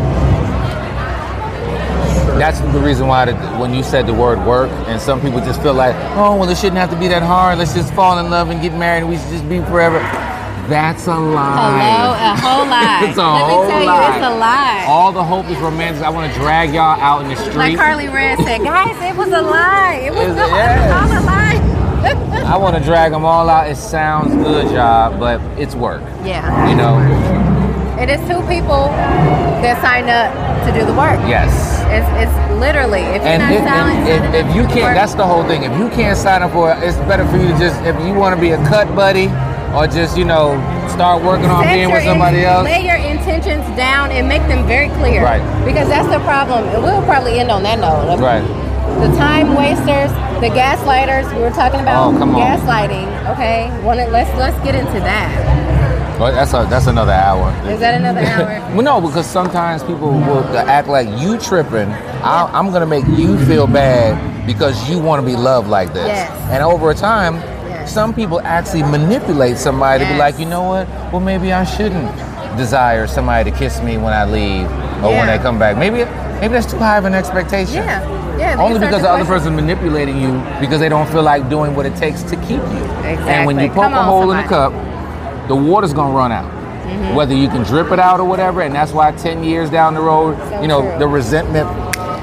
Speaker 1: that's the reason why the, when you said the word work, and some people just feel like, oh, well, it shouldn't have to be that hard. Let's just fall in love and get married. and We should just be forever. That's a
Speaker 2: hello, uh,
Speaker 1: lie.
Speaker 2: a whole lie.
Speaker 1: It's a
Speaker 2: Let
Speaker 1: whole
Speaker 2: me tell
Speaker 1: lie.
Speaker 2: you, it's a lie.
Speaker 1: All the hope is romantic. I want to drag y'all out in the
Speaker 2: like
Speaker 1: street.
Speaker 2: Carly Red said, guys, it was a lie. It was,
Speaker 1: It's-
Speaker 2: no,
Speaker 1: yes.
Speaker 2: it was all a lie.
Speaker 1: I want to drag them all out. It sounds good, y'all, but it's work.
Speaker 2: yeah,
Speaker 1: You know?
Speaker 2: it is two people that sign up to do the work.
Speaker 1: Yes.
Speaker 2: It's, it's literally if you're
Speaker 1: And
Speaker 2: not
Speaker 1: if,
Speaker 2: silent,
Speaker 1: and if, if you can't, that's
Speaker 2: that's
Speaker 1: the whole thing. If you can't sign up for it, it's better for you to just, if you want to be a cut buddy or just, you know, start working on
Speaker 2: Set
Speaker 1: being
Speaker 2: your
Speaker 1: with somebody
Speaker 2: in-
Speaker 1: else.
Speaker 2: Lay your intentions down and make them very clear.
Speaker 1: Right.
Speaker 2: Because that's the problem. And we'll probably end on that note. of
Speaker 1: Right.
Speaker 2: The time wasters, the gaslighters. We were talking about
Speaker 1: Oh, come on.
Speaker 2: gaslighting. Okay. Wanna- let's let's get into that.
Speaker 1: Well, that's, a, that's another hour.
Speaker 2: Is that another hour?
Speaker 1: Well, no, because sometimes people will act like you tripping. I, I'm gonna make you feel bad because you want to be loved like this.
Speaker 2: Yes.
Speaker 1: And over time,
Speaker 2: Yes.
Speaker 1: some people actually manipulate somebody to be
Speaker 2: Yes.
Speaker 1: like, you know what? Well, maybe I shouldn't desire somebody to kiss me when I leave or when
Speaker 2: Yeah.
Speaker 1: they come back. Maybe maybe that's too high of an expectation.
Speaker 2: Yeah. Yeah.
Speaker 1: Only
Speaker 2: these are
Speaker 1: because the other
Speaker 2: questions.
Speaker 1: person's manipulating you because they don't feel like doing what it takes to keep you. And when
Speaker 2: Exactly.
Speaker 1: you poke
Speaker 2: Come
Speaker 1: a
Speaker 2: on,
Speaker 1: hole in the
Speaker 2: somebody. Mm-hmm.
Speaker 1: cup, the water's gonna run out. Whether you can drip it out or whatever, and that's why 10 years down the road,
Speaker 2: So
Speaker 1: you know,
Speaker 2: true.
Speaker 1: the resentment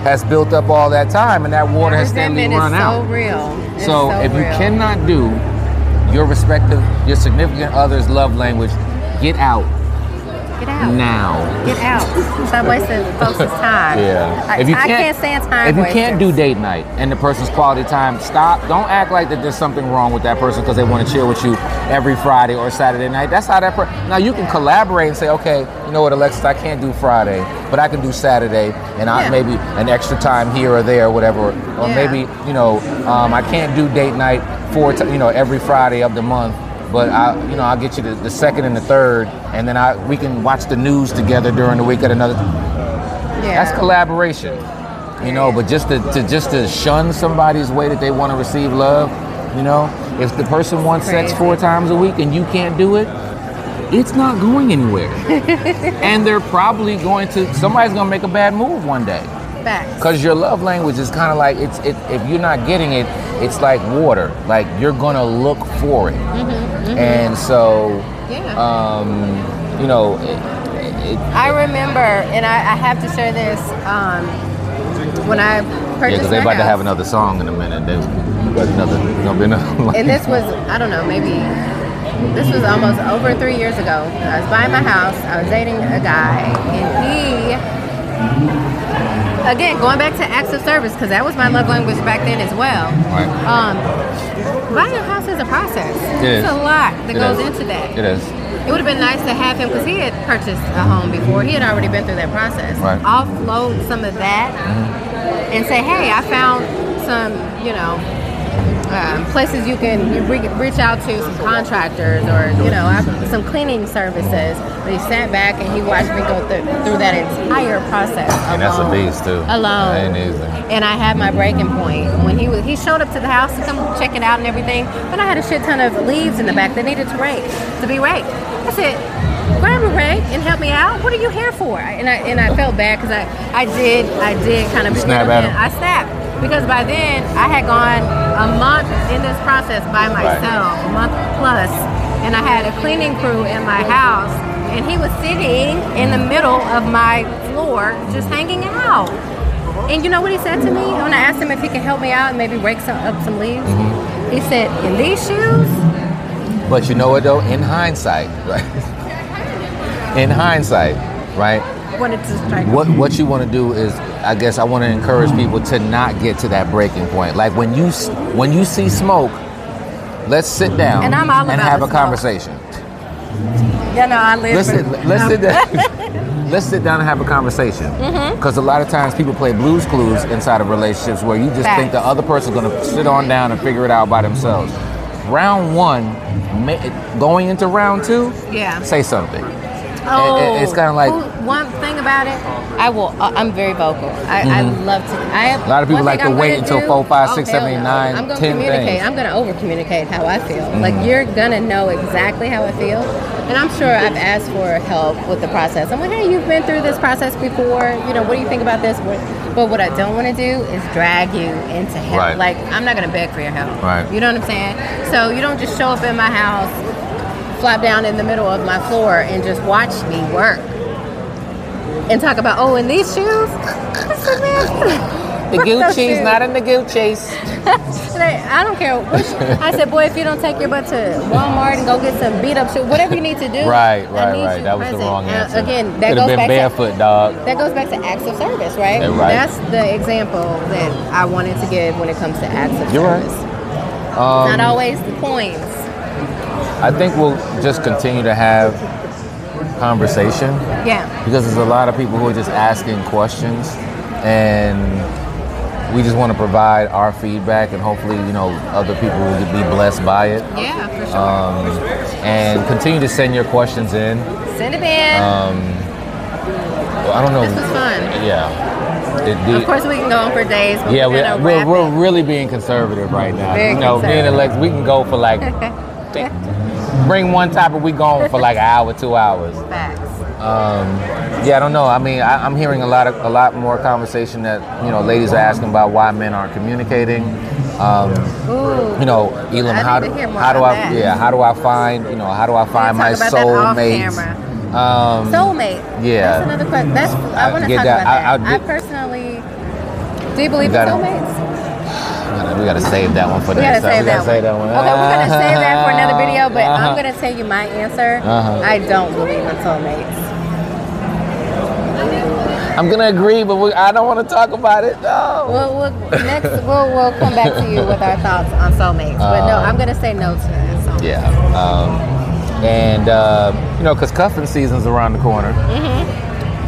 Speaker 1: has built up all that time and that water has steadily run
Speaker 2: Resentment is
Speaker 1: out.
Speaker 2: so real. It's
Speaker 1: So, if you
Speaker 2: real.
Speaker 1: cannot do your respective, your significant other's love language, get out
Speaker 2: get out.
Speaker 1: now.
Speaker 2: Get out. Stop wasting folks' time.
Speaker 1: Yeah.
Speaker 2: I, I can't stand time.
Speaker 1: If you can't do
Speaker 2: wasters.
Speaker 1: date night and the person's quality time, stop. Don't act like that there's something wrong with that person because they want to chill with you every Friday or Saturday night. That's how that person. Now you can collaborate and say, okay, you know what, Alexis, I can't do Friday, but I can do Saturday, and I
Speaker 2: Yeah.
Speaker 1: maybe an extra time here or there, or whatever. Or
Speaker 2: Yeah.
Speaker 1: maybe you know, um, I can't do date night four, ti you know, every Friday of the month. But I, you know, I'll get you the, the second and the third, and then I we can watch the news together during the week at another.
Speaker 2: yeah.
Speaker 1: That's collaboration. you know. But just to, to just to shun somebody's way that they want to receive love, you know, if the person wants sex
Speaker 2: Crazy.
Speaker 1: four times a week and you can't do it, it's not going anywhere. and they're probably going to somebody's going to make a bad move one day
Speaker 2: Facts.
Speaker 1: because your love language is kind of like it's it, if you're not getting it it's like water like you're gonna look for it
Speaker 2: Mm-hmm,
Speaker 1: and so
Speaker 2: Yeah.
Speaker 1: um you know it, it,
Speaker 2: I remember, and I, I have to share this um, when I
Speaker 1: yeah
Speaker 2: purchased
Speaker 1: because they're
Speaker 2: my
Speaker 1: about to
Speaker 2: house.
Speaker 1: have another song in a minute they got another gonna be another like,
Speaker 2: and this was I don't know maybe this was almost over three years ago. I was buying my house. I was dating a guy, and he again going back to acts of service because that was my love language back then as well.
Speaker 1: Right.
Speaker 2: Um, buying a house is a process.
Speaker 1: It
Speaker 2: It's
Speaker 1: is.
Speaker 2: a lot that
Speaker 1: It
Speaker 2: goes
Speaker 1: is.
Speaker 2: into that.
Speaker 1: it is
Speaker 2: It would have been nice to have him because he had purchased a home before. He had already been through that process.
Speaker 1: Right. Mm-hmm.
Speaker 2: Offload some of that and say, hey, I found some, you know, um, places you can you re- reach out to some contractors or you know I, some cleaning services. But he sat back and he watched me go through through that entire process.
Speaker 1: and that's a
Speaker 2: alone.
Speaker 1: beast too
Speaker 2: Alone
Speaker 1: That ain't easy
Speaker 2: and I had my breaking point when he was he showed up to the house to come check it out and everything, but I had a shit ton of leaves in the back that needed to rake to be raked. I said, grab a rake and help me out. What are you here for? I- And I and I felt bad because I I did I did kind of
Speaker 1: You snap at him.
Speaker 2: I snapped because by then I had gone a month in this process by myself, a month plus, and I had a cleaning crew in my house. And he was sitting in the middle of my floor, just hanging out. And you know what he said to me when I asked him if he could help me out and maybe rake some, up some leaves? He said, "In these shoes,
Speaker 1: but you know what though in hindsight right in hindsight right
Speaker 2: wanted to strike."
Speaker 1: What what you want to do is, I guess, I want to encourage people to not get to that breaking point. Like when you s- when you see smoke, let's sit down
Speaker 2: And I'm all about
Speaker 1: have
Speaker 2: the
Speaker 1: a
Speaker 2: smoke.
Speaker 1: conversation.
Speaker 2: Yeah, no, I live.
Speaker 1: Let's
Speaker 2: for-
Speaker 1: sit, let's sit down. Let's sit down and have a conversation.
Speaker 2: Mm-hmm.
Speaker 1: Because a lot of times people play blues clues inside of relationships where you just think
Speaker 2: Facts.
Speaker 1: the other person's going to sit on down and figure it out by themselves. Round one, ma- going into round two,
Speaker 2: Yeah.
Speaker 1: say something.
Speaker 2: Oh,
Speaker 1: It- it- it's kinda like-
Speaker 2: Ooh, one thing about it. I will. Uh, I'm very vocal. I, I love to. I have,
Speaker 1: Mm-hmm. A lot of people like to wait until four, five,
Speaker 2: five,
Speaker 1: six,
Speaker 2: six,
Speaker 1: seven, eight, nine,
Speaker 2: I'm gonna
Speaker 1: 10
Speaker 2: communicate.
Speaker 1: things. Mm-hmm.
Speaker 2: I'm gonna over communicate how I feel. Like you're gonna know exactly how I feel. And I'm sure I've asked for help with the process. I'm like, hey, you've been through this process before. You know, what do you think about this? What- But what I don't want to do is drag you into help.
Speaker 1: Right.
Speaker 2: Like I'm not gonna beg for your help.
Speaker 1: Right.
Speaker 2: You know what I'm saying? So you don't just show up in my house, flop down in the middle of my floor, and just watch me work and talk about oh in these shoes
Speaker 1: The
Speaker 2: Gucci's not
Speaker 1: in the Gucci's.
Speaker 2: Like, I don't care. Which, I said, boy, if you don't take your butt to Walmart and go get some beat up shoes, whatever you need to do.
Speaker 1: Right,
Speaker 2: I
Speaker 1: right,
Speaker 2: need
Speaker 1: right.
Speaker 2: you
Speaker 1: That was the
Speaker 2: present.
Speaker 1: wrong
Speaker 2: Uh,
Speaker 1: answer.
Speaker 2: again, that
Speaker 1: Could
Speaker 2: goes
Speaker 1: have been
Speaker 2: back
Speaker 1: barefoot, dog.
Speaker 2: to that goes back to acts of service, right?
Speaker 1: Yeah, right.
Speaker 2: That's the example that I wanted to give when it comes to acts of
Speaker 1: You're right. Um,
Speaker 2: service. Not always the coins.
Speaker 1: I think we'll just continue to have conversation
Speaker 2: Yeah.
Speaker 1: because there's a lot of people who are just asking questions and we just want to provide our feedback and hopefully, you know, other people will be blessed by it.
Speaker 2: Yeah, for sure.
Speaker 1: Um, and continue to send your questions in.
Speaker 2: Send it in.
Speaker 1: um, Well, I don't know.
Speaker 2: This was fun.
Speaker 1: Yeah. It,
Speaker 2: of
Speaker 1: the-
Speaker 2: course, we can go on for days. But
Speaker 1: Yeah,
Speaker 2: we're,
Speaker 1: we're,
Speaker 2: gonna
Speaker 1: we're,
Speaker 2: wrap
Speaker 1: we're
Speaker 2: it.
Speaker 1: really being conservative right now.
Speaker 2: Very
Speaker 1: you know, me and
Speaker 2: conservative.
Speaker 1: Alex, we can go for like, bring one topic, we gone for like an hour, two hours.
Speaker 2: Facts.
Speaker 1: Yeah, I don't know. I mean, I, I'm hearing a lot of a lot more conversation that you know ladies are asking about why men aren't communicating. Um,
Speaker 2: Ooh.
Speaker 1: you know, Elam,
Speaker 2: I
Speaker 1: how
Speaker 2: need
Speaker 1: do,
Speaker 2: to hear more
Speaker 1: how do
Speaker 2: about
Speaker 1: I
Speaker 2: that.
Speaker 1: yeah how do I find you know how do I find my
Speaker 2: talk about that off
Speaker 1: soulmates? Um,
Speaker 2: Soulmate.
Speaker 1: Yeah.
Speaker 2: That's another question. That's I,
Speaker 1: I
Speaker 2: want to
Speaker 1: get
Speaker 2: talk
Speaker 1: that. I-
Speaker 2: about that.
Speaker 1: I
Speaker 2: I,
Speaker 1: did-
Speaker 2: personally. Do you believe
Speaker 1: You
Speaker 2: in
Speaker 1: gotta-
Speaker 2: soulmates?
Speaker 1: we gotta- we gotta save that one for
Speaker 2: We
Speaker 1: next
Speaker 2: gotta
Speaker 1: time.
Speaker 2: save
Speaker 1: we gotta
Speaker 2: that,
Speaker 1: save
Speaker 2: one.
Speaker 1: that one.
Speaker 2: Okay, we're gonna save that for another video. But
Speaker 1: Uh-huh.
Speaker 2: I'm gonna tell you my answer.
Speaker 1: Uh-huh.
Speaker 2: I don't believe in soulmates.
Speaker 1: I'm gonna agree, but we, I don't want to talk about it. No.
Speaker 2: We'll, we'll next we'll we'll come back to you with our thoughts on soulmates. But no,
Speaker 1: Uh,
Speaker 2: I'm gonna say no to that. So.
Speaker 1: Yeah. Um, and, uh, you know, because cuffing season's around the corner. Mm-hmm.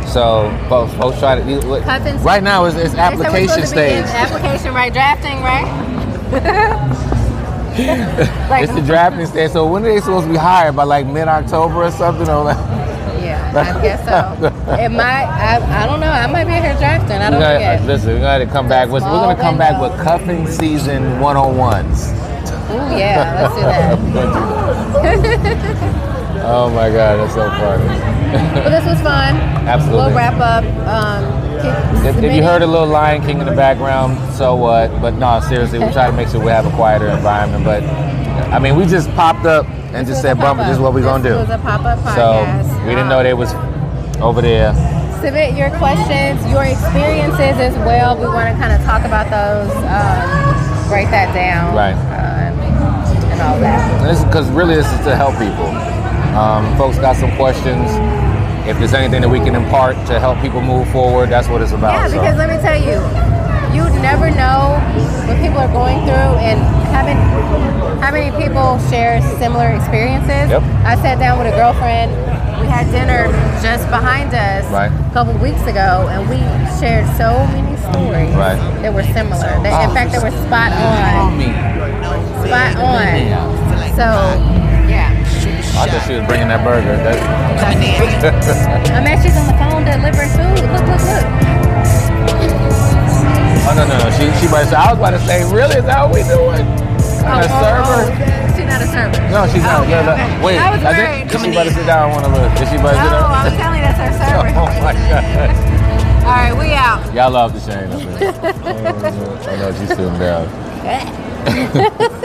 Speaker 1: So, folks, folks try to. You, what-
Speaker 2: Cuffing
Speaker 1: right now, it's, it's
Speaker 2: They said we're
Speaker 1: application
Speaker 2: supposed to be in
Speaker 1: stage.
Speaker 2: Application, right? Drafting, right? like,
Speaker 1: It's the drafting stage. So, when are they supposed to be hired? By like mid October or something? Or like,
Speaker 2: yeah, I guess so. It might. I, I don't know. I might be here drafting. I
Speaker 1: We
Speaker 2: don't know
Speaker 1: gotta,
Speaker 2: yet.
Speaker 1: listen, we gotta come back with. We're
Speaker 2: Small
Speaker 1: gonna come back
Speaker 2: window.
Speaker 1: with cuffing season one on ones.
Speaker 2: Ooh, yeah. Let's do that.
Speaker 1: Oh my god, that's so funny.
Speaker 2: But this was fun.
Speaker 1: Absolutely.
Speaker 2: We'll wrap up. Um, keep
Speaker 1: If, if you
Speaker 2: submitting.
Speaker 1: heard a little Lion King in the background, so what? But no, seriously, we try to make sure we have a quieter environment. But I mean, we just popped up and just
Speaker 2: This was a
Speaker 1: said, "Bumper, this is what we're gonna do."
Speaker 2: pop-up. This was a pop-up
Speaker 1: So
Speaker 2: podcast.
Speaker 1: we didn't
Speaker 2: Um,
Speaker 1: know they was over there.
Speaker 2: submit your questions, your experiences as well. We want to kind of talk about those, um, break that down,
Speaker 1: Right.
Speaker 2: um, and all that.
Speaker 1: And this is because really this is to help people. Um, folks got some questions. If there's anything that we can impart to help people move forward, that's what it's about.
Speaker 2: Yeah,
Speaker 1: so.
Speaker 2: because let me tell you, you never know what people are going through, and having how many people share similar experiences.
Speaker 1: Yep.
Speaker 2: I sat down with a girlfriend. We had dinner just behind us
Speaker 1: Right.
Speaker 2: a couple weeks ago, and we shared so many stories
Speaker 1: Right.
Speaker 2: that were similar. That, in
Speaker 1: Oh.
Speaker 2: fact, they were spot on. spot on. So, yeah.
Speaker 1: I thought she was bringing that burger. That's,
Speaker 2: I'm actually on the phone delivering food. Look, look, look.
Speaker 1: oh no no no. She she might say, I was about to say, really? Is that what we doing?
Speaker 2: Oh,
Speaker 1: And a server?
Speaker 2: She's not a server.
Speaker 1: No, she's not.
Speaker 2: Oh,
Speaker 1: Yeah, no.
Speaker 2: okay.
Speaker 1: Wait,
Speaker 2: I was
Speaker 1: think-
Speaker 2: worried.
Speaker 1: is she about to sit down? I want to look. Is she about to sit
Speaker 2: Oh, I
Speaker 1: down?
Speaker 2: was telling you that's our server.
Speaker 1: Oh my god.
Speaker 2: All right, we out.
Speaker 1: Y'all love the shame of it. I know she's sitting down.